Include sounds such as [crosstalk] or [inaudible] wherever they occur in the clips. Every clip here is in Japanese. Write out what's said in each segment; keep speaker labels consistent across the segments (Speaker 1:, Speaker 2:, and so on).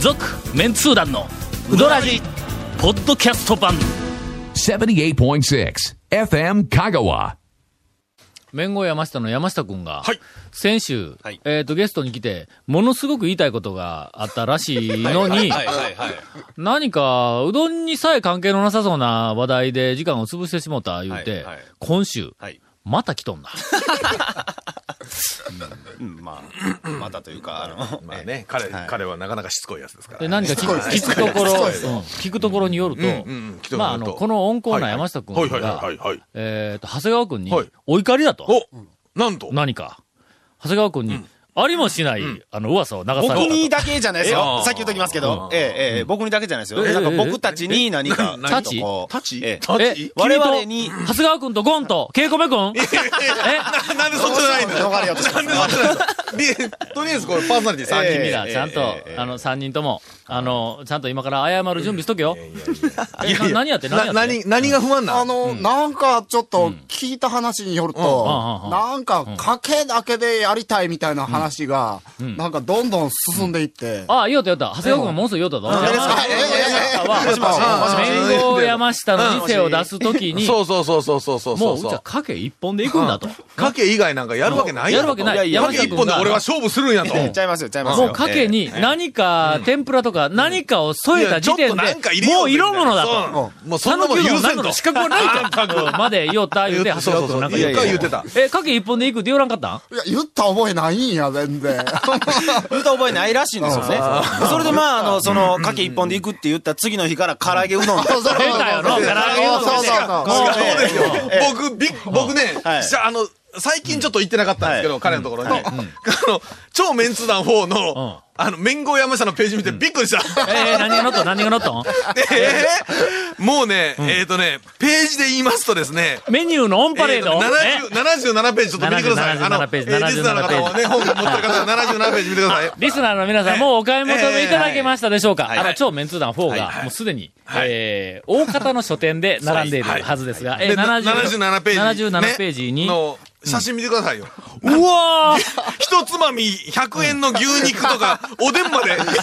Speaker 1: 続メンツー団のウドラジポッドキャスト版
Speaker 2: 78.6 FM Kagawa.
Speaker 3: 面後山下の山下君が、
Speaker 4: はい
Speaker 3: 先週、
Speaker 4: はい
Speaker 3: えっ、と、ゲストに来て、ものすごく言いたいことがあったらしいのに、
Speaker 4: はいはいはい。
Speaker 3: 何か、うどんにさえ関係のなさそうな話題で時間を潰してしもた言うて、
Speaker 4: はいはい
Speaker 3: 今週、
Speaker 4: はい。
Speaker 3: また来とんな。
Speaker 4: うん、まあ、またというか、あの、
Speaker 5: まあね、彼、彼はなかなかしつこいやつですから。
Speaker 3: で、何か聞く聞くところ、うん聞くところによると、
Speaker 5: うんうんうん聞くところによると
Speaker 3: まあ、あの、この温厚な山下君が、
Speaker 5: はいはいはいはいはいはい
Speaker 3: えっ、と、長谷川君に
Speaker 5: はい、
Speaker 3: お怒りだと。
Speaker 5: お、なんと。
Speaker 3: 何か。長谷川君に、ありもしない、あの、噂を流された
Speaker 4: 僕
Speaker 3: と。
Speaker 4: にだ [laughs] けじゃないで
Speaker 5: え
Speaker 4: すよ
Speaker 5: え。
Speaker 4: さっき言っときますけど、ええ、ええ、僕にだけじゃないですよ。
Speaker 3: ええ
Speaker 4: なんか僕たちに何か、
Speaker 5: ええ
Speaker 4: 何かこう
Speaker 5: タチ
Speaker 4: ええ
Speaker 5: タチ
Speaker 3: え
Speaker 5: 君、
Speaker 4: 我々に、
Speaker 3: 長谷川君とゴンと、ケイコメ君え
Speaker 5: なんでそっちじゃないんだよ。
Speaker 4: 逃れようとしてます
Speaker 5: でとりあえずこれパーソナリティ
Speaker 3: あ
Speaker 5: 3人。
Speaker 3: 君ら、ちゃんと、あの、三人とも、あの、ちゃんと今から謝る準備しとけよ。えな何やって何や
Speaker 5: な
Speaker 3: って
Speaker 5: 何、何が不安な
Speaker 6: あの、
Speaker 5: の
Speaker 6: なんかちょっと聞いた話によると、
Speaker 3: うん
Speaker 6: なんか賭けだけでやりたいみたいな話が、なんかどんどん進んでいって。
Speaker 3: ああ、言おうた言おうた。長谷川君がものすごい言おうたぞ。山
Speaker 6: あえええ
Speaker 3: 下
Speaker 6: えええ
Speaker 3: は、連合山下の店を出すときに、
Speaker 5: そうそうそうそうそうそう
Speaker 3: も、
Speaker 5: そう
Speaker 3: う
Speaker 5: う
Speaker 3: ちは賭け一本で行くんだと。
Speaker 5: 賭け以外なんかやるわけない
Speaker 3: やるわけない
Speaker 5: やや
Speaker 3: 山
Speaker 5: 賭
Speaker 3: 下
Speaker 5: け
Speaker 3: 君が
Speaker 5: 一本で俺は勝負するんやと。
Speaker 4: ちゃいますよ、ちゃいます
Speaker 3: も
Speaker 4: よ。
Speaker 3: う賭けに何か天ぷらとか何かを添えた時点で、もう色物だと。
Speaker 5: と。もうそんなもん
Speaker 3: 讃
Speaker 5: 許
Speaker 3: 岐うどな
Speaker 5: せ
Speaker 3: んど
Speaker 5: と
Speaker 3: の。資格はないと。まで言おうた言うて、長谷
Speaker 5: そうそ
Speaker 3: 川
Speaker 5: うそ
Speaker 3: 君
Speaker 5: う。
Speaker 3: なんか言
Speaker 5: 一回
Speaker 3: うた
Speaker 5: 言ってた。
Speaker 3: え、賭け一本で行くって言わなかったん
Speaker 6: いや、言った覚えないんや、全然。
Speaker 4: [laughs] 言うた覚えないらしいんですよね。それでまあ、あの、その、かけ一本で行くって言った次の日から唐揚げうど
Speaker 6: [laughs]
Speaker 4: ん。
Speaker 6: そうそうそう
Speaker 3: 出たよな唐揚げうどん
Speaker 6: そうそうそう
Speaker 3: 違う
Speaker 5: そ
Speaker 3: [laughs]
Speaker 5: うですよ
Speaker 4: ええええ。
Speaker 5: 僕、びっ僕ね、
Speaker 4: はい
Speaker 5: じゃあ、あの、最近ちょっと行ってなかったんですけど、
Speaker 4: は
Speaker 5: 彼のところに。あの、超メンツ団4の、あの、面後山下のページ見てびっくりした。 [laughs]
Speaker 3: えー、何が乗っとん何が乗っとん
Speaker 5: でもうね、えっとね、ページで言いますとですね、
Speaker 3: メニューのオンパレード、
Speaker 5: え
Speaker 3: ね
Speaker 5: ーと70 77ページちょっと見てください。
Speaker 3: 77
Speaker 5: あの、
Speaker 3: ページ
Speaker 5: えーリスナーの方はね、本持ってる方は77ページ見てく
Speaker 3: [laughs]
Speaker 5: ださい。
Speaker 3: リスナーの皆さん、もうお買い求めいただけましたでしょうか、
Speaker 4: いはい
Speaker 3: あの、超メンツー団4
Speaker 4: はい
Speaker 3: が、
Speaker 4: はい
Speaker 3: もうすでに、えー、大方の書店で並んでいるはずですが、え
Speaker 5: で
Speaker 3: ー、70
Speaker 5: 77ページ。
Speaker 3: 77ページに、
Speaker 5: ねの、写真見てくださいよ。
Speaker 3: うわ
Speaker 5: 一つまみ100円の牛肉
Speaker 3: [laughs]
Speaker 5: とか、おでんまで。 [laughs]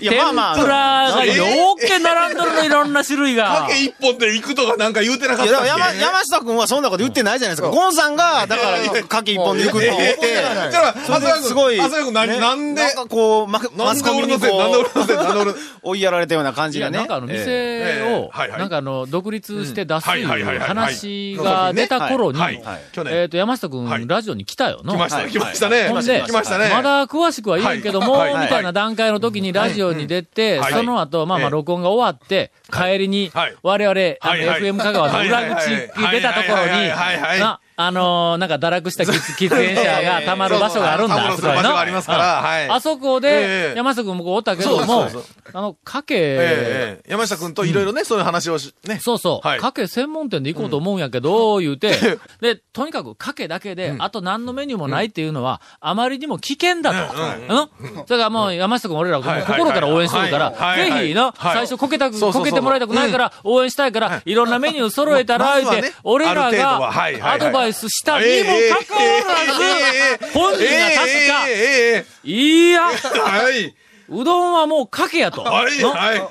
Speaker 4: い
Speaker 3: ー天ぷらがよーけ並んどるの、いろんな種類
Speaker 5: か
Speaker 3: が
Speaker 5: け。一本で行くとかなんか言うてなかっ
Speaker 4: いや、だ
Speaker 5: た
Speaker 4: か
Speaker 5: っ
Speaker 4: ら
Speaker 5: け
Speaker 4: 山、山下君はそんなこと言ってないじゃないですか。ゴンさんが、だから、かけ一本で行くって言っ
Speaker 5: え
Speaker 4: て、
Speaker 5: ーだから、長谷川君、
Speaker 4: すごい。
Speaker 5: 長谷川君、な
Speaker 4: ね
Speaker 5: なんで
Speaker 4: な、んかこう、マ
Speaker 5: な
Speaker 4: マ
Speaker 5: ん
Speaker 4: ス
Speaker 5: で
Speaker 4: コミ
Speaker 5: 俺の
Speaker 4: にこ
Speaker 5: せい、なんで俺
Speaker 4: う、
Speaker 5: のせい、なんで俺のせい。
Speaker 4: [laughs] 追いやられたような感
Speaker 3: い
Speaker 4: じ
Speaker 3: や、
Speaker 4: がね。
Speaker 3: なんかあの、
Speaker 4: ええ
Speaker 3: 店
Speaker 5: え
Speaker 3: を
Speaker 5: えはい、はい
Speaker 3: なんかあの、独立して出す
Speaker 5: はいはいはいはいはい
Speaker 3: 話が出た頃に、
Speaker 5: はいはい去年
Speaker 3: えっと、山下く
Speaker 5: は
Speaker 3: ん、
Speaker 5: い
Speaker 3: ラジオに来たよの。
Speaker 5: 来ました、来ましたね。
Speaker 3: ほんで、
Speaker 5: 来ましたね。
Speaker 3: まだ詳しくは言うけども、
Speaker 5: はい
Speaker 3: みたいな段階の時にラジオに出て、
Speaker 5: はい
Speaker 3: その後、まあまあ
Speaker 5: ええ
Speaker 3: 録音が終わって、帰りに
Speaker 5: はい、
Speaker 3: 我々、あ
Speaker 5: はいはい
Speaker 3: の FM 香川の裏口に出たところ
Speaker 5: は
Speaker 3: に、
Speaker 5: いはいはい
Speaker 3: な、あのー、なんか堕落した喫喫煙者が溜まる場所があるんだ、
Speaker 5: そうそうあの溜まる場所がありますから
Speaker 3: うん
Speaker 5: はい
Speaker 3: あそこ
Speaker 5: え
Speaker 3: で
Speaker 5: え、
Speaker 3: 山下君もこうおったけど
Speaker 5: そ
Speaker 3: も
Speaker 5: うそう、
Speaker 3: あの、か
Speaker 5: え
Speaker 3: け、
Speaker 5: え山下君といろいろね、そういう話をし、ね。
Speaker 3: そうそう、
Speaker 5: はい
Speaker 3: かけ専門店で行こうと思うんやけど、言う
Speaker 5: [laughs]
Speaker 3: て、で、とにかくかけだけで、あと何のメニューもないっていうのは、あまりにも危険だと。うんだからもう、山下君俺らもう
Speaker 5: はいはいはい
Speaker 3: 心から応援しとるから、
Speaker 5: はいはいはい
Speaker 3: ぜひな、
Speaker 5: はい
Speaker 3: 最初こけたく、
Speaker 5: そうそうそう
Speaker 3: こけてもらいたくないから、応援したいから、いろんなメニュー揃えたら、言う
Speaker 5: まず
Speaker 3: て、
Speaker 5: はね
Speaker 3: 俺ら
Speaker 5: ある程度は
Speaker 3: が
Speaker 5: はいはいはい
Speaker 3: アドバイスしたにもかかわらず、本人が確か、
Speaker 5: えええええええええええ
Speaker 3: いや、
Speaker 5: えはい。
Speaker 3: うどんはもうかけやと。
Speaker 5: はい、
Speaker 3: な
Speaker 5: はい。か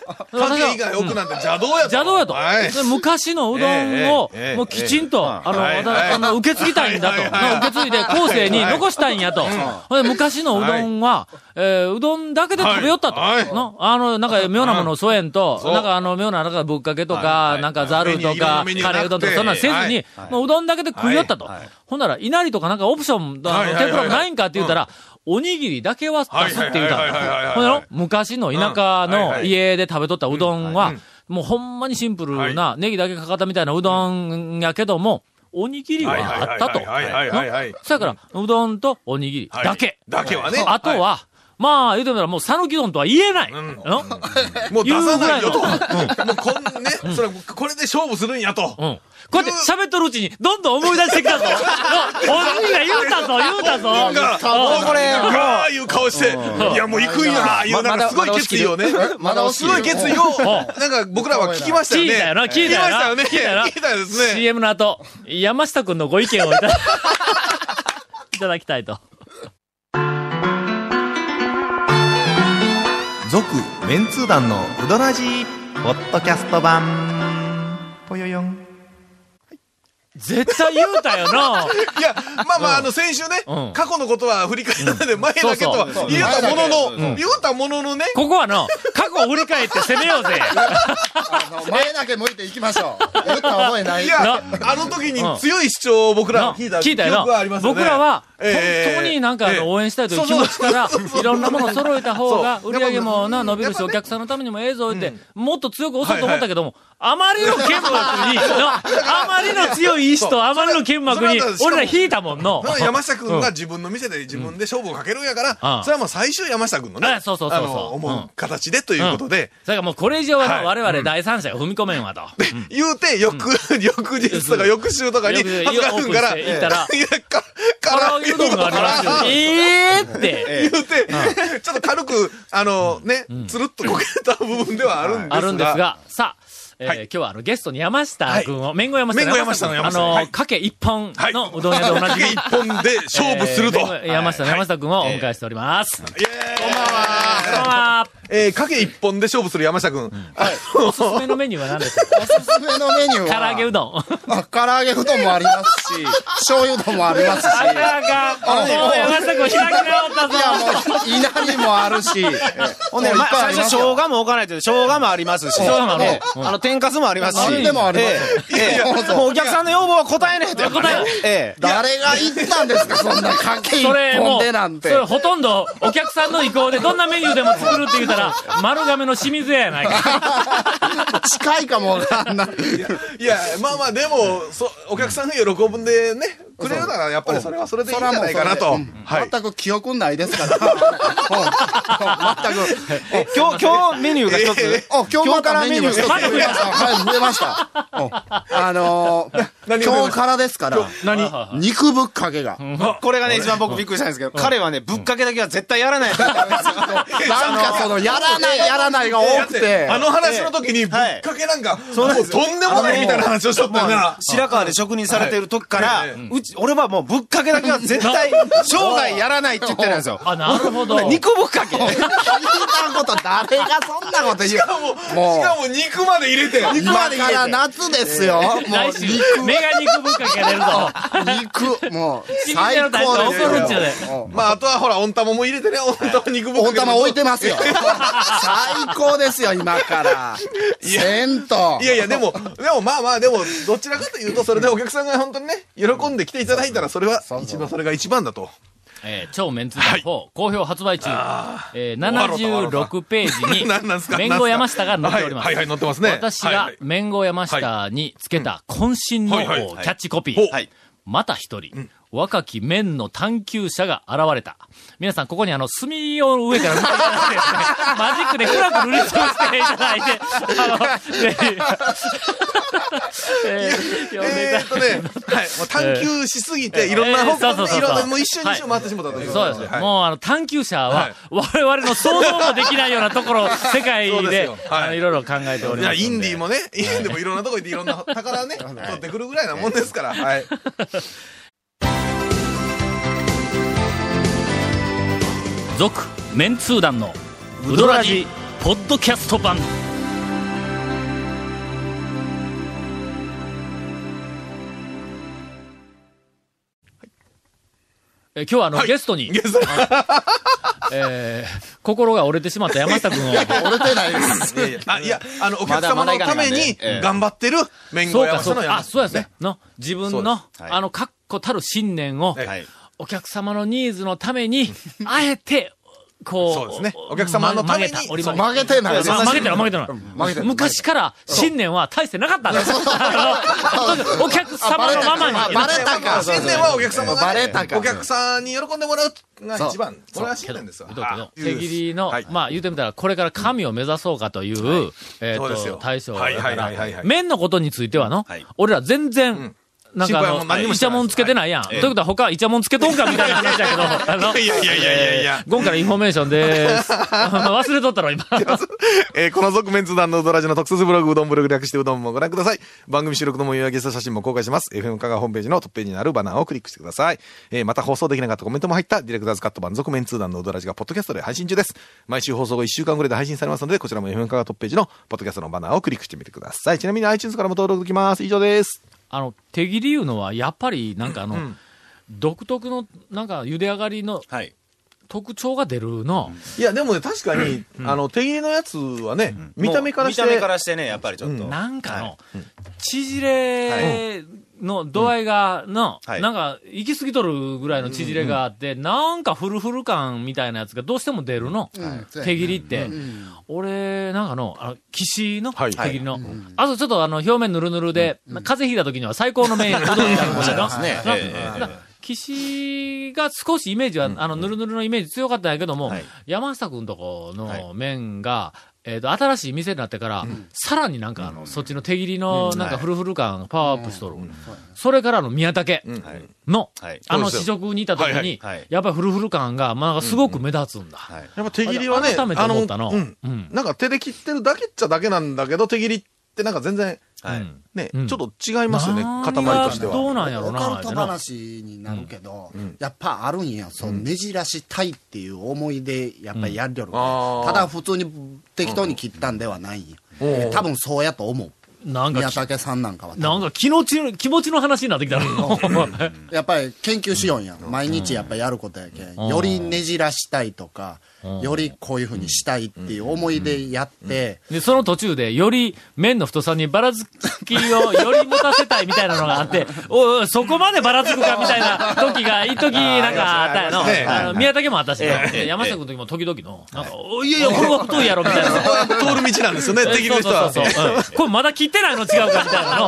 Speaker 5: け以外奥なんて邪道やと。
Speaker 3: 邪道やと。
Speaker 5: はい。
Speaker 3: で昔のうどんを
Speaker 5: えええええ、え
Speaker 3: もうきちんと、あの、
Speaker 5: はい
Speaker 3: わた
Speaker 5: はい
Speaker 3: あの受け継ぎたいんだと。
Speaker 5: はいはいはい
Speaker 3: 受け継いで後世に残したいんやと。ほんで昔のうどんは、えーうどんだけで食べよったと。
Speaker 5: はいはい
Speaker 3: のあの、なんか妙なものを添えんと、
Speaker 5: う
Speaker 3: なんかあの妙な、なんかぶっかけと
Speaker 5: はい
Speaker 3: か
Speaker 5: は、い
Speaker 3: なんかざると
Speaker 5: メニューいろん
Speaker 3: か
Speaker 5: なメ、ニュー
Speaker 3: カレーうどんとか、そんなんせずに、もううどんだけで食いよったと
Speaker 4: はいはい。
Speaker 3: ほんなら、いなりとかなんかオプション、あ
Speaker 5: はい
Speaker 3: の
Speaker 5: は
Speaker 3: 天
Speaker 5: いはい
Speaker 3: ぷらもないんかって言ったら、おにぎりだけは出すって言うた
Speaker 5: はいはいはいはい
Speaker 3: の。
Speaker 5: はいはい
Speaker 3: ほんなら昔の田舎
Speaker 5: うんはい
Speaker 3: の
Speaker 5: はい
Speaker 3: 家で食べとったうどんは、もうほんまにシンプルな、ネギだけかかったみたいなうどんやけども、おにぎりはあったと。
Speaker 5: はいはいはいはいはいはい
Speaker 3: のそやから、うどんとおにぎり
Speaker 5: はい
Speaker 3: だけ。
Speaker 5: だけはね
Speaker 3: あとは、まあ、言うてみたらもう、讃岐うどんとは言えない。
Speaker 5: ん
Speaker 3: の
Speaker 5: もう出さないよと。
Speaker 3: 言
Speaker 5: も
Speaker 3: う
Speaker 5: うこんね、それ、これで勝負するんやと。
Speaker 3: うん。こうやって喋っとるうちに、どんどん思い出してきたぞ。のおにぎりが言うたぞ、言うたぞ。
Speaker 5: なんか、もうこれ、ああいう顔して、いやもう行くんやな、いう、なんかすごい決意をね。
Speaker 6: まだ
Speaker 5: すごい決意を、なんか僕らは聞きましたよ
Speaker 3: 聞い
Speaker 5: ね。
Speaker 3: たよな、聞いたよな。
Speaker 5: 聞きましたよね。聞いたで
Speaker 3: です
Speaker 5: ね。
Speaker 3: CM の後、山下くんのご意見をいた
Speaker 5: [laughs]
Speaker 3: いただきたいと。
Speaker 7: 続メンツー団のウドラジポッドキャスト版ぽよよん
Speaker 3: 絶対言うたよな。
Speaker 5: いや、まあまあ、あの、先週ね
Speaker 3: うん、
Speaker 5: 過去のことは振り返ったので、前だけとは
Speaker 3: そう
Speaker 4: そう
Speaker 5: 言うたもの
Speaker 4: う
Speaker 5: の、言うたもののね、
Speaker 3: ここはの、過去を振り返って攻めよう
Speaker 5: [laughs]
Speaker 3: ぜ。
Speaker 6: あの前だけ向いていきましょう。言った覚えない。
Speaker 5: い
Speaker 3: な
Speaker 5: や、あの時に強い主張を僕ら
Speaker 3: な
Speaker 5: 聞いた
Speaker 3: 聞い
Speaker 5: 記
Speaker 3: たよ
Speaker 5: 憶はありま
Speaker 3: な。
Speaker 5: すよね。
Speaker 3: 僕らは、
Speaker 5: ええ
Speaker 3: 本当になんかあ
Speaker 5: ええ
Speaker 3: の応援したいという気持ちから、いろんなものを揃えた方が、売り上げもな、伸びるし、お客さんのためにもええぞって、もっと強く押そうと思ったけども、あまりの剣幕に、なあ
Speaker 5: [laughs]
Speaker 3: まりの強い意志とあまりの剣幕に
Speaker 5: それは、
Speaker 3: 俺ら引いたもんの。
Speaker 5: な山下君が自分の店で自分で勝負をかけるんやから、
Speaker 3: うん
Speaker 5: それはもう最終山下君のね、
Speaker 3: あそうそうそうそう
Speaker 5: あの
Speaker 3: うん
Speaker 5: 思う形でということで、
Speaker 3: だからもうこれ以上はな
Speaker 5: はい
Speaker 3: 我々第三者を踏み込めんわ
Speaker 5: [laughs]
Speaker 3: と。
Speaker 5: 言うて、翌、 [laughs] 翌日とか翌週とかに、
Speaker 3: 翌日
Speaker 5: 恥ずかしいから、
Speaker 3: オープンして行ったら
Speaker 5: いや、か、
Speaker 3: カ
Speaker 5: から
Speaker 3: ラ揚げうどんがありますよ。
Speaker 5: [laughs]
Speaker 3: ええって。
Speaker 5: 言うて、ちょっと軽く、あの、ね、つるっとこけた部分ではあるんですが。
Speaker 3: あるんです。が、さあ、えー
Speaker 5: はい
Speaker 3: 今日はあのゲストに山下君を、めんご山下
Speaker 5: めんご山下の山下
Speaker 3: あの、
Speaker 5: はい
Speaker 3: かけ一本
Speaker 5: はい
Speaker 3: のうどん屋でおなじみ。
Speaker 5: 一本で勝
Speaker 3: [laughs]
Speaker 5: 負すると。
Speaker 3: えーめんご山下の山下君をお迎えしております。
Speaker 5: イエーイ
Speaker 3: こんばんは
Speaker 5: えー、影一本で勝負する山下君。
Speaker 3: おすすめのメニューは何ですか
Speaker 6: おすすめのメニ
Speaker 5: [laughs]
Speaker 6: ューは。
Speaker 3: 唐揚げうどん。
Speaker 6: あ唐揚げうどんもありますし、醤油うどんもありますし、
Speaker 3: あかんあかんもう山下君開き直ったぞ。
Speaker 6: いやもう、稲荷もあるし、ほ
Speaker 4: ほんで、まあ、最初、生
Speaker 6: よ
Speaker 4: 姜も置かないと、生姜もありますし、
Speaker 3: 生姜もある
Speaker 4: ええ
Speaker 3: うん
Speaker 4: あの、天かすもありますし。
Speaker 6: 何でもあります
Speaker 4: ええええ
Speaker 6: そうそう
Speaker 4: もうお客さんの要望は答えねえと。
Speaker 3: 答えない
Speaker 4: ええ。
Speaker 6: 誰が言ったんですか、そんなかけ一
Speaker 3: それも
Speaker 6: 本
Speaker 3: う、
Speaker 6: でなん
Speaker 3: そ
Speaker 6: て。
Speaker 3: れほとんどお客さんの意向でどんなメニューでも作るって言うたら、丸亀の清水屋やないか。
Speaker 6: 近いかもわかんない。
Speaker 5: いや、まあまあ、でも、そお客さんが喜んでね、くれるなら、やっぱりそれはそれでいいんじゃないかなと。はい。
Speaker 6: 全く記憶ないです
Speaker 5: [laughs]
Speaker 6: から。うん全く。
Speaker 4: え今日、今日メニューが一つ。
Speaker 5: え
Speaker 6: お今日またメニューが一つ
Speaker 3: まだ増えました
Speaker 6: はい、増えました。うんあのー
Speaker 5: [laughs] 何が増えま
Speaker 6: 今日
Speaker 5: した
Speaker 6: からですから、
Speaker 3: [laughs] 何
Speaker 6: 肉ぶっかけが。
Speaker 4: これがね、一番僕びっくりしたんですけど、彼はね、ぶっかけだけは絶対やらな
Speaker 5: [laughs]
Speaker 4: い。
Speaker 6: なんかその、やらない、やらないが多くて。
Speaker 5: あの話の時に、ぶっかけなんか、もうとんでも [laughs] ないみたいな話をしとったよな。
Speaker 4: 白川で職人されてる時から
Speaker 5: はいええ、
Speaker 4: うち、俺はもうぶっかけだけは絶対、
Speaker 5: [laughs]
Speaker 4: 生涯やらないって言ってるんですよ。
Speaker 3: あ、なるほど。
Speaker 4: 肉ぶっかけ
Speaker 6: 聞いたこと、誰がそんなこと言う。もう
Speaker 5: しかも肉まで入れて。
Speaker 6: 今から夏ですよ。もう
Speaker 3: 来週、メガ肉ぶっかけが出るぞ。
Speaker 6: 肉、肉、もう、
Speaker 3: 清水
Speaker 6: 最
Speaker 3: 屋の大
Speaker 6: 高
Speaker 3: 将
Speaker 6: ですよ
Speaker 3: 怒るっちゅうね。
Speaker 5: まあ、あとはほら、温玉も入れてね、温玉肉ぶっか
Speaker 6: 大
Speaker 5: け。
Speaker 6: 玉置いてますよ。最高ですよ、今から。せんと。
Speaker 5: いやいや、でも、でもまあまあ、でも、どちらかというと、それでお客さんが本当にね、喜んで来ていただいたら、それは、一番、それが一番だと。
Speaker 3: えー、超メンツの方、好評発売中、えー、76ページに、
Speaker 5: [laughs] 何なんすか
Speaker 3: メンゴ山下が載っております。
Speaker 5: はいはいはい載ってますね
Speaker 3: 私
Speaker 5: はい
Speaker 3: が
Speaker 5: はい
Speaker 3: メンゴ山下につけた渾身の
Speaker 5: はいはい
Speaker 3: こうキャッチコピ
Speaker 5: ほう
Speaker 3: ー。また一人、若き麺の探求者が現れた。皆さん、ここにあの、炭を上から見ていただいてですね、マジックでくらくるりつぶしていただいて、あの、ぜひ、えー、読んでいた
Speaker 5: え
Speaker 3: だ
Speaker 5: ーっとね、はい、もう探求しすぎて、いろんな方向に、いろんな、もう一瞬一瞬回ってしまったという。
Speaker 3: そうです、
Speaker 5: はい
Speaker 3: もうあの探求者は
Speaker 5: はい、
Speaker 3: 我々の想像もできないようなところを世界
Speaker 5: そう
Speaker 3: で
Speaker 5: ですよはい
Speaker 3: あのいろいろ考えており
Speaker 5: い
Speaker 3: ま
Speaker 5: や、
Speaker 3: すんで。
Speaker 5: インディーもね、インディーもいろんなとこ行っていろんな
Speaker 3: [laughs]
Speaker 5: 宝ね、取ってくるぐらいなもんですから、はい。
Speaker 3: 続、メンツー団のウドラジポッドキャスト版。え今日はあの、ゲストに、
Speaker 5: ゲスト
Speaker 3: えー心が折れてしまった山下君を、
Speaker 6: 折れてないです。
Speaker 5: あ、いや、あの、お客様のために頑張ってる、メ
Speaker 3: [laughs]
Speaker 5: ン
Speaker 3: そ
Speaker 5: ゴ
Speaker 3: う
Speaker 5: 山
Speaker 3: か、そ
Speaker 5: 下
Speaker 3: う
Speaker 5: の
Speaker 3: か。
Speaker 5: 山
Speaker 3: あ、
Speaker 5: 下
Speaker 3: そうですね。の、自分の、あの、確固たる信念を、
Speaker 5: はい
Speaker 3: お客様のニーズのために、あえて、こう。
Speaker 5: そうですねお客様のために
Speaker 3: 曲げた折り
Speaker 5: そう
Speaker 3: 曲
Speaker 6: 曲げてないです。
Speaker 3: げま曲げてる、曲げてる。
Speaker 6: 曲げてる
Speaker 3: 昔から信念は大してなかったんです。あのとにかくお客様のままに。
Speaker 6: あバレたか。
Speaker 5: 新年はお客様
Speaker 6: バ
Speaker 5: がね、
Speaker 6: レたか。
Speaker 5: お客さんに喜んでもらうが一番。これは新年ですよ。
Speaker 3: けどけど
Speaker 5: あ
Speaker 3: 手切りの、
Speaker 5: はい
Speaker 3: まあ言うてみたら、これから神を目指そうかという、えっ、
Speaker 5: そうです
Speaker 3: と、
Speaker 5: よ
Speaker 3: 大将
Speaker 5: はい
Speaker 3: だか
Speaker 5: はいはいはいは
Speaker 3: ら、
Speaker 5: い
Speaker 3: 麺のことについてはの、
Speaker 5: はい
Speaker 3: 俺ら全然、
Speaker 5: ん
Speaker 3: なんかあ
Speaker 5: 心配
Speaker 3: の
Speaker 5: も何に、も
Speaker 3: イ
Speaker 5: し
Speaker 3: チ
Speaker 5: て
Speaker 3: ャ
Speaker 5: な
Speaker 3: モ
Speaker 5: いです
Speaker 3: ンつけてないやん。ということは他イチャモンつけとんかみたいな話だけど、あの、
Speaker 5: いやいやいやいやいや。
Speaker 3: ゴンからインフォメーション
Speaker 5: [laughs]
Speaker 3: です。忘れとったろ、今。
Speaker 5: えーこの続面図談のうどらじの特設ブログ、うどんブログ略してうどんもご覧ください。番組収録の模様やゲスト写真も公開します。FM 香川ホームページのトップページにあるバナーをクリックしてください。えーまた放送できなかったコメントも入ったディレクターズカット版続面通談のうどらじがポッドキャストで配信中です。毎週放送後1週間ぐらいで配信されますので、こちらも FM 香川トップページのポッドキャストのバナーをクリックしてみてください。ちなみに iTunes からも登録できます。以上です。
Speaker 3: あの、手切りいうのは、やっぱり、なんかあの、独特の、なんか、茹で上がりの
Speaker 4: はい。
Speaker 3: 特徴が出るの。
Speaker 5: いや、でもね、確かに、あの、手切りのやつはね、
Speaker 4: もう見た目からしてね、やっぱりちょっと。
Speaker 3: なんかの、縮れの度合いが、の、
Speaker 4: はい
Speaker 3: なんか、行き過ぎとるぐらいの縮れがあって、なんかフルフル感みたいなやつがどうしても出るの。手切りって。俺、なんかの、あの、岸の、
Speaker 5: はい
Speaker 3: 手切りの。あとちょっとあの、表面ぬるぬるで、風邪ひいた時には最高の麺、うどんになるもんね
Speaker 4: ですね。
Speaker 3: な
Speaker 4: ええええええ
Speaker 3: 岸が少しイメージは、あの、ぬるぬるのイメージ強かったんやけども、
Speaker 4: はい
Speaker 3: 山下くんとこ
Speaker 4: はい
Speaker 3: の麺が、えっ、と、新しい店になってから、さらになんかあの、そっちの手切りの、
Speaker 4: うん
Speaker 3: なんか
Speaker 4: はい
Speaker 3: フルフル感がパワーアップしとる。それからあの宮武
Speaker 4: はい。
Speaker 3: の、
Speaker 4: はい
Speaker 3: あ
Speaker 5: そ
Speaker 3: の
Speaker 5: うです
Speaker 3: 試食にいた時に、
Speaker 5: はい
Speaker 4: はいはい
Speaker 3: やっぱりフルフル感が、まあ、なんかすごく目立つんだ。
Speaker 4: はい。
Speaker 5: やっぱ手切りはね、
Speaker 3: 改めて思ったの
Speaker 5: あうん
Speaker 3: うん
Speaker 5: なんか手で切ってるだけっちゃだけなんだけど、手切りってなんか全然、
Speaker 4: は
Speaker 3: う
Speaker 4: い
Speaker 3: ん
Speaker 5: ね、
Speaker 3: うん
Speaker 5: ちょっと違いますよね、塊として
Speaker 3: ど
Speaker 5: は。
Speaker 3: うなんやろ
Speaker 6: オ
Speaker 3: な、
Speaker 6: カルト
Speaker 3: あれな
Speaker 6: 話になるけど、やっぱあるんや、そのねじらしたいっていう思いで、やっぱりやるよる、
Speaker 5: あー
Speaker 6: ただ普通に適当に切ったんではないんや、
Speaker 5: うん
Speaker 6: 多分そうやと思う、
Speaker 3: なんか
Speaker 6: 宮
Speaker 3: き、
Speaker 6: 武さんなんかは。
Speaker 3: なんか気持ちの、気持ちの話になってきた [laughs] の。
Speaker 6: やっぱり研究しようんや、毎日やっぱやることやけん、
Speaker 3: うん
Speaker 6: よりねじらしたいとか、よりこういうふうにしたいっていう思いでやって、
Speaker 3: で、その途中で、より麺の太さにばらつきをより持たせたいみたいなのがあって、おいおい、そこまでばらつくかみたいな時が、一時なんかあったやの。
Speaker 5: ありますね
Speaker 3: あの宮武もあったしな、
Speaker 4: ええ
Speaker 3: 山下君の時も時々の、なんか、おいいやいや、これは太いやろみたいな。
Speaker 5: 通る道なんですよね、手切りの人は。
Speaker 3: そうそうそううんこれまだ切ってないの違うかみたいな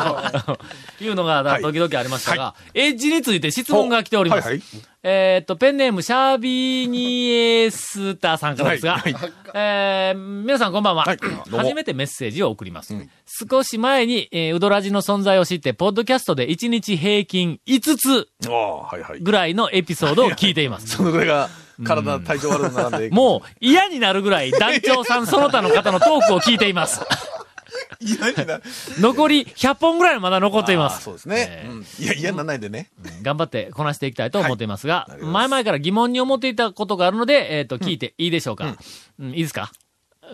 Speaker 3: の。 [laughs] いうのが、時々ありましたが、エッジについて質問が来ております。
Speaker 5: はいはい
Speaker 3: えーっと、ペンネーム、シャービーニエスターさんからですが、えー皆さんこんばんは、
Speaker 5: どうも
Speaker 3: 初めてメッセージを送ります。少し前に、えー、うどらじの存在を知って、ポッドキャストで1日平均5つ
Speaker 5: ああ、はいはい。
Speaker 3: ぐらいのエピソードを聞いています。
Speaker 5: そのぐらいが、体、体調悪くならんで。
Speaker 3: [laughs] もう嫌になるぐらい団長さんその他の方のトークを聞いています。
Speaker 5: う、嫌になる。
Speaker 3: 残り100本ぐらいまだ残っていま
Speaker 5: ああ
Speaker 3: す
Speaker 5: そう。ですね。うんいや、嫌にならないでね。
Speaker 3: 頑張ってこなしていきたいと思っていますが、
Speaker 5: いありがとうござ
Speaker 3: 前
Speaker 5: います
Speaker 3: 々から疑問に思っていたことがあるので、えっ、と、聞いていいでしょうか、うんいいですか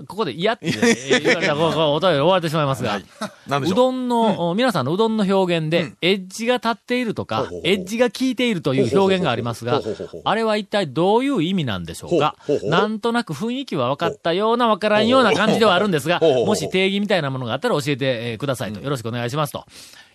Speaker 3: ここで嫌って言われたら、こうこうお便り終われてしまい
Speaker 5: [laughs]
Speaker 3: ますが、
Speaker 5: なんでし
Speaker 3: う
Speaker 5: ょう。
Speaker 3: どんの、皆さんのうどんの表現で、エッジが立っていると
Speaker 5: ほう
Speaker 3: か
Speaker 5: ほうほ、う
Speaker 3: エッジが効いているという表現がありますが
Speaker 5: ほうほうほうほう、
Speaker 3: あれは一体どういう意味なんでしょうか
Speaker 5: ほうほうほう
Speaker 3: なんとなく雰囲気は分かったような分からんような感じではあるんですが、
Speaker 5: ほうほうほう
Speaker 3: もし定義みたいなものがあったら教えてえーくださいと、よろしくお願いしますと。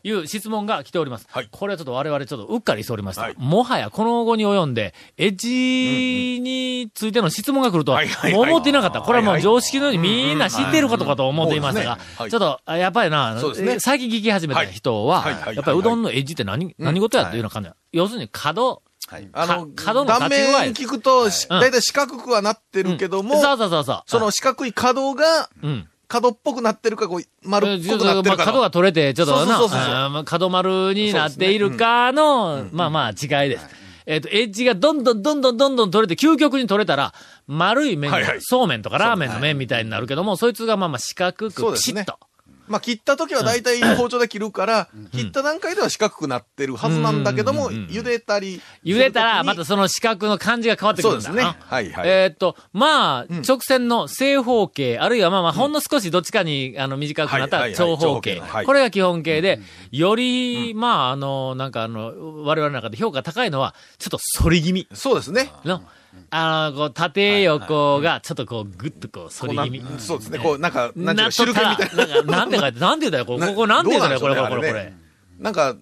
Speaker 3: いう質問が来ております。
Speaker 5: はい
Speaker 3: これはちょっと我々ちょっとうっかりしておりました。
Speaker 5: はい
Speaker 3: もはやこの後に及んで、エッジについての質問が来るとは
Speaker 5: はいはいはい
Speaker 3: 思っていなかった。これはもう常識のようにみんな知っていることかと思っていました
Speaker 5: うん
Speaker 3: が
Speaker 5: うんうんうんうんそうですねは、い
Speaker 3: ちょっとあやっぱりな、
Speaker 5: そうですね
Speaker 3: え最近聞き始めた人は、
Speaker 5: はいはいはいはい
Speaker 3: やっぱりうどんのエッジって何、何事やっていうような感じだ、要するに角、
Speaker 4: はい。
Speaker 5: あの、
Speaker 3: か角の立
Speaker 5: 断
Speaker 3: ち具合
Speaker 5: 面聞くと、し
Speaker 3: うん
Speaker 5: 大体四角くはなってるけども、
Speaker 3: そうそうそうそう。
Speaker 5: その四角い角が、
Speaker 3: うん。
Speaker 5: 角っぽくなってるか、こう、丸っぽくなって
Speaker 3: ま
Speaker 5: る
Speaker 3: あ角
Speaker 5: か。
Speaker 3: が取れて、ちょっとな、
Speaker 5: そうそうそうそう
Speaker 3: あーまあ角丸になっているかの、まあまあ違いです。えっ、と、エッジがどんどんどんどんどんどん取れて、究極に取れたら、丸い麺、
Speaker 5: はいはい
Speaker 3: そうめんとかラーメンの麺みたいになるけども、そいつがまあまあ四角
Speaker 5: そう
Speaker 3: く、
Speaker 5: で
Speaker 3: ピシ
Speaker 5: す
Speaker 3: ッ
Speaker 5: ね
Speaker 3: と。
Speaker 5: まあ、切った時は大体包丁で切るから、切った段階では四角くなってるはずなんだけども、
Speaker 3: うんうんうん
Speaker 5: 茹でたり。
Speaker 3: 茹でたら、また
Speaker 5: す
Speaker 3: その四角の感じが変わってくるんだ
Speaker 5: そうですねはいはい
Speaker 3: えーっと、まあ、直線の正方形、あるいはまあまあ、ほんの少しどっちかに、あの、短くなった
Speaker 5: は
Speaker 3: ら
Speaker 5: いはいはい
Speaker 3: 長方
Speaker 5: 長
Speaker 3: 形
Speaker 5: 方形のは。い
Speaker 3: これが基本形で、より、まあ、あの、なんかあの、我々の中で評価高いのは、ちょっと反り気味
Speaker 5: るそうですね。
Speaker 3: の、あの、こう、縦横が、ちょっとこう、ぐっとこう、反
Speaker 5: こう
Speaker 3: り
Speaker 5: な
Speaker 3: 気味。
Speaker 5: そうですね。こう、なんか、なんていう
Speaker 3: な
Speaker 5: の、
Speaker 3: っと
Speaker 5: 汁
Speaker 3: っ
Speaker 5: 気
Speaker 3: た
Speaker 5: み
Speaker 3: ら、
Speaker 5: たいな。
Speaker 3: なんかなんて書いて、なんて言うたら、ここ、ここなんて言うたら、これ、これ、これ、これ。。
Speaker 5: なんか、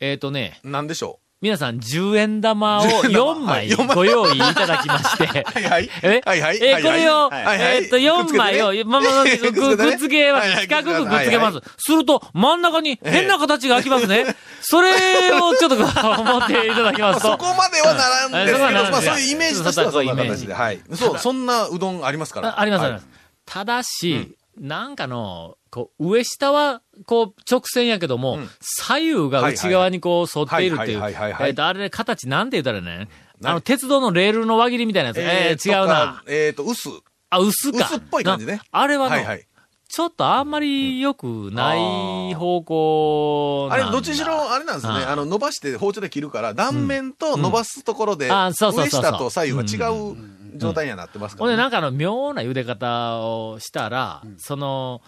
Speaker 3: えーっとね、
Speaker 5: なんでしょ
Speaker 3: 皆さん10円
Speaker 5: [laughs]
Speaker 3: 玉を4枚
Speaker 5: 10円玉
Speaker 3: ご用意いただきまして。
Speaker 5: う。はいはい。
Speaker 3: え
Speaker 5: はいはい。
Speaker 3: え
Speaker 5: は
Speaker 3: ー
Speaker 5: い
Speaker 3: こ
Speaker 5: はい
Speaker 3: れを、
Speaker 5: はいはい
Speaker 3: えーっと、4枚を、まあまあまあ、くくっつけます。四角くくっつけま。
Speaker 5: く
Speaker 3: す。すると、真ん中に変な形が開きますね。それをちょっとこう、思っていただきます
Speaker 5: くっつけてねはいはいはいはい [laughs] そ
Speaker 3: と。
Speaker 5: こまではならんです
Speaker 3: うん
Speaker 5: け
Speaker 3: うん
Speaker 5: ど、まあそういうイメージとしては
Speaker 3: そ
Speaker 5: そう
Speaker 3: い
Speaker 5: ん
Speaker 3: うイ
Speaker 5: な
Speaker 3: メージ
Speaker 5: 形で。はい。そう、そんなうどんありますから。
Speaker 3: ああります、あり
Speaker 5: は
Speaker 3: ます。
Speaker 5: い
Speaker 3: ただし、なんかの、こう、上下は、こう、直線やけども、左右が内側にこう、沿っているっていう。
Speaker 5: はいはいはいはいはい
Speaker 3: えっと、あれ、形なんて言ったらいいのね。あの、鉄道のレールの輪切りみたいなやつ。えー、違うな。。
Speaker 5: えっと、薄。
Speaker 3: あ、薄か。
Speaker 5: 薄っぽい感じね
Speaker 3: なあれは
Speaker 5: は
Speaker 3: ね、
Speaker 5: いはい。
Speaker 3: ちょっとあんまり良くない方向
Speaker 5: あれ、
Speaker 3: なんだ
Speaker 5: どっちにしろ、あれなんですよね。
Speaker 3: ああ
Speaker 5: あの、伸ばして包丁で切るから、断面と伸ばすところで、
Speaker 3: うんあ
Speaker 5: 上
Speaker 3: そうそうそうそう
Speaker 5: 下と左右は違う状態にはなってますか
Speaker 3: ほんで、
Speaker 5: らね。
Speaker 3: なんかあの、妙な茹で方をしたら、その、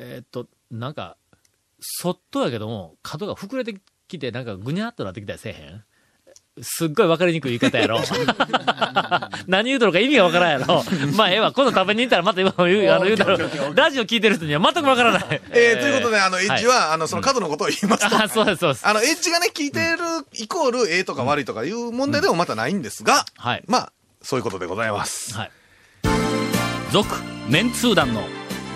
Speaker 3: えーっと、なんか、そっとやけども、角が膨れてきて、なんかぐにゃっとなってきたりせえへんすっごい分かりにくい言い方や
Speaker 5: [laughs]
Speaker 3: ろ。 [laughs] 何言うとるか意味が分からんやろ。まあ、ええわ、今度食べに行ったらまた今も言う、あの、言うた
Speaker 5: [laughs]
Speaker 3: ら、ラジオ聞いてる人には全く分からない。
Speaker 5: えーということで、あの、エッジ
Speaker 3: は
Speaker 5: は、あの、その角のことを言います
Speaker 3: い。[laughs]
Speaker 5: と。
Speaker 3: あ、そうです、そうです。
Speaker 5: あの、エッジがね、効いてる、イコール、ええとか悪いとかいう問題でもまたないんですが、
Speaker 3: はい
Speaker 5: まあ、そういうことでございます。
Speaker 3: はい。
Speaker 1: 続メンツー団の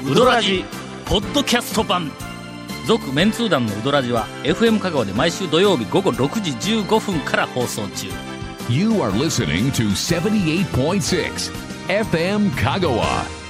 Speaker 1: ウドラジポッドキャスト版続メンツー団のウドラジは FM 香川で毎週土曜日午後6時15分から放送中
Speaker 2: You are listening to 78.6 FM Kagawa.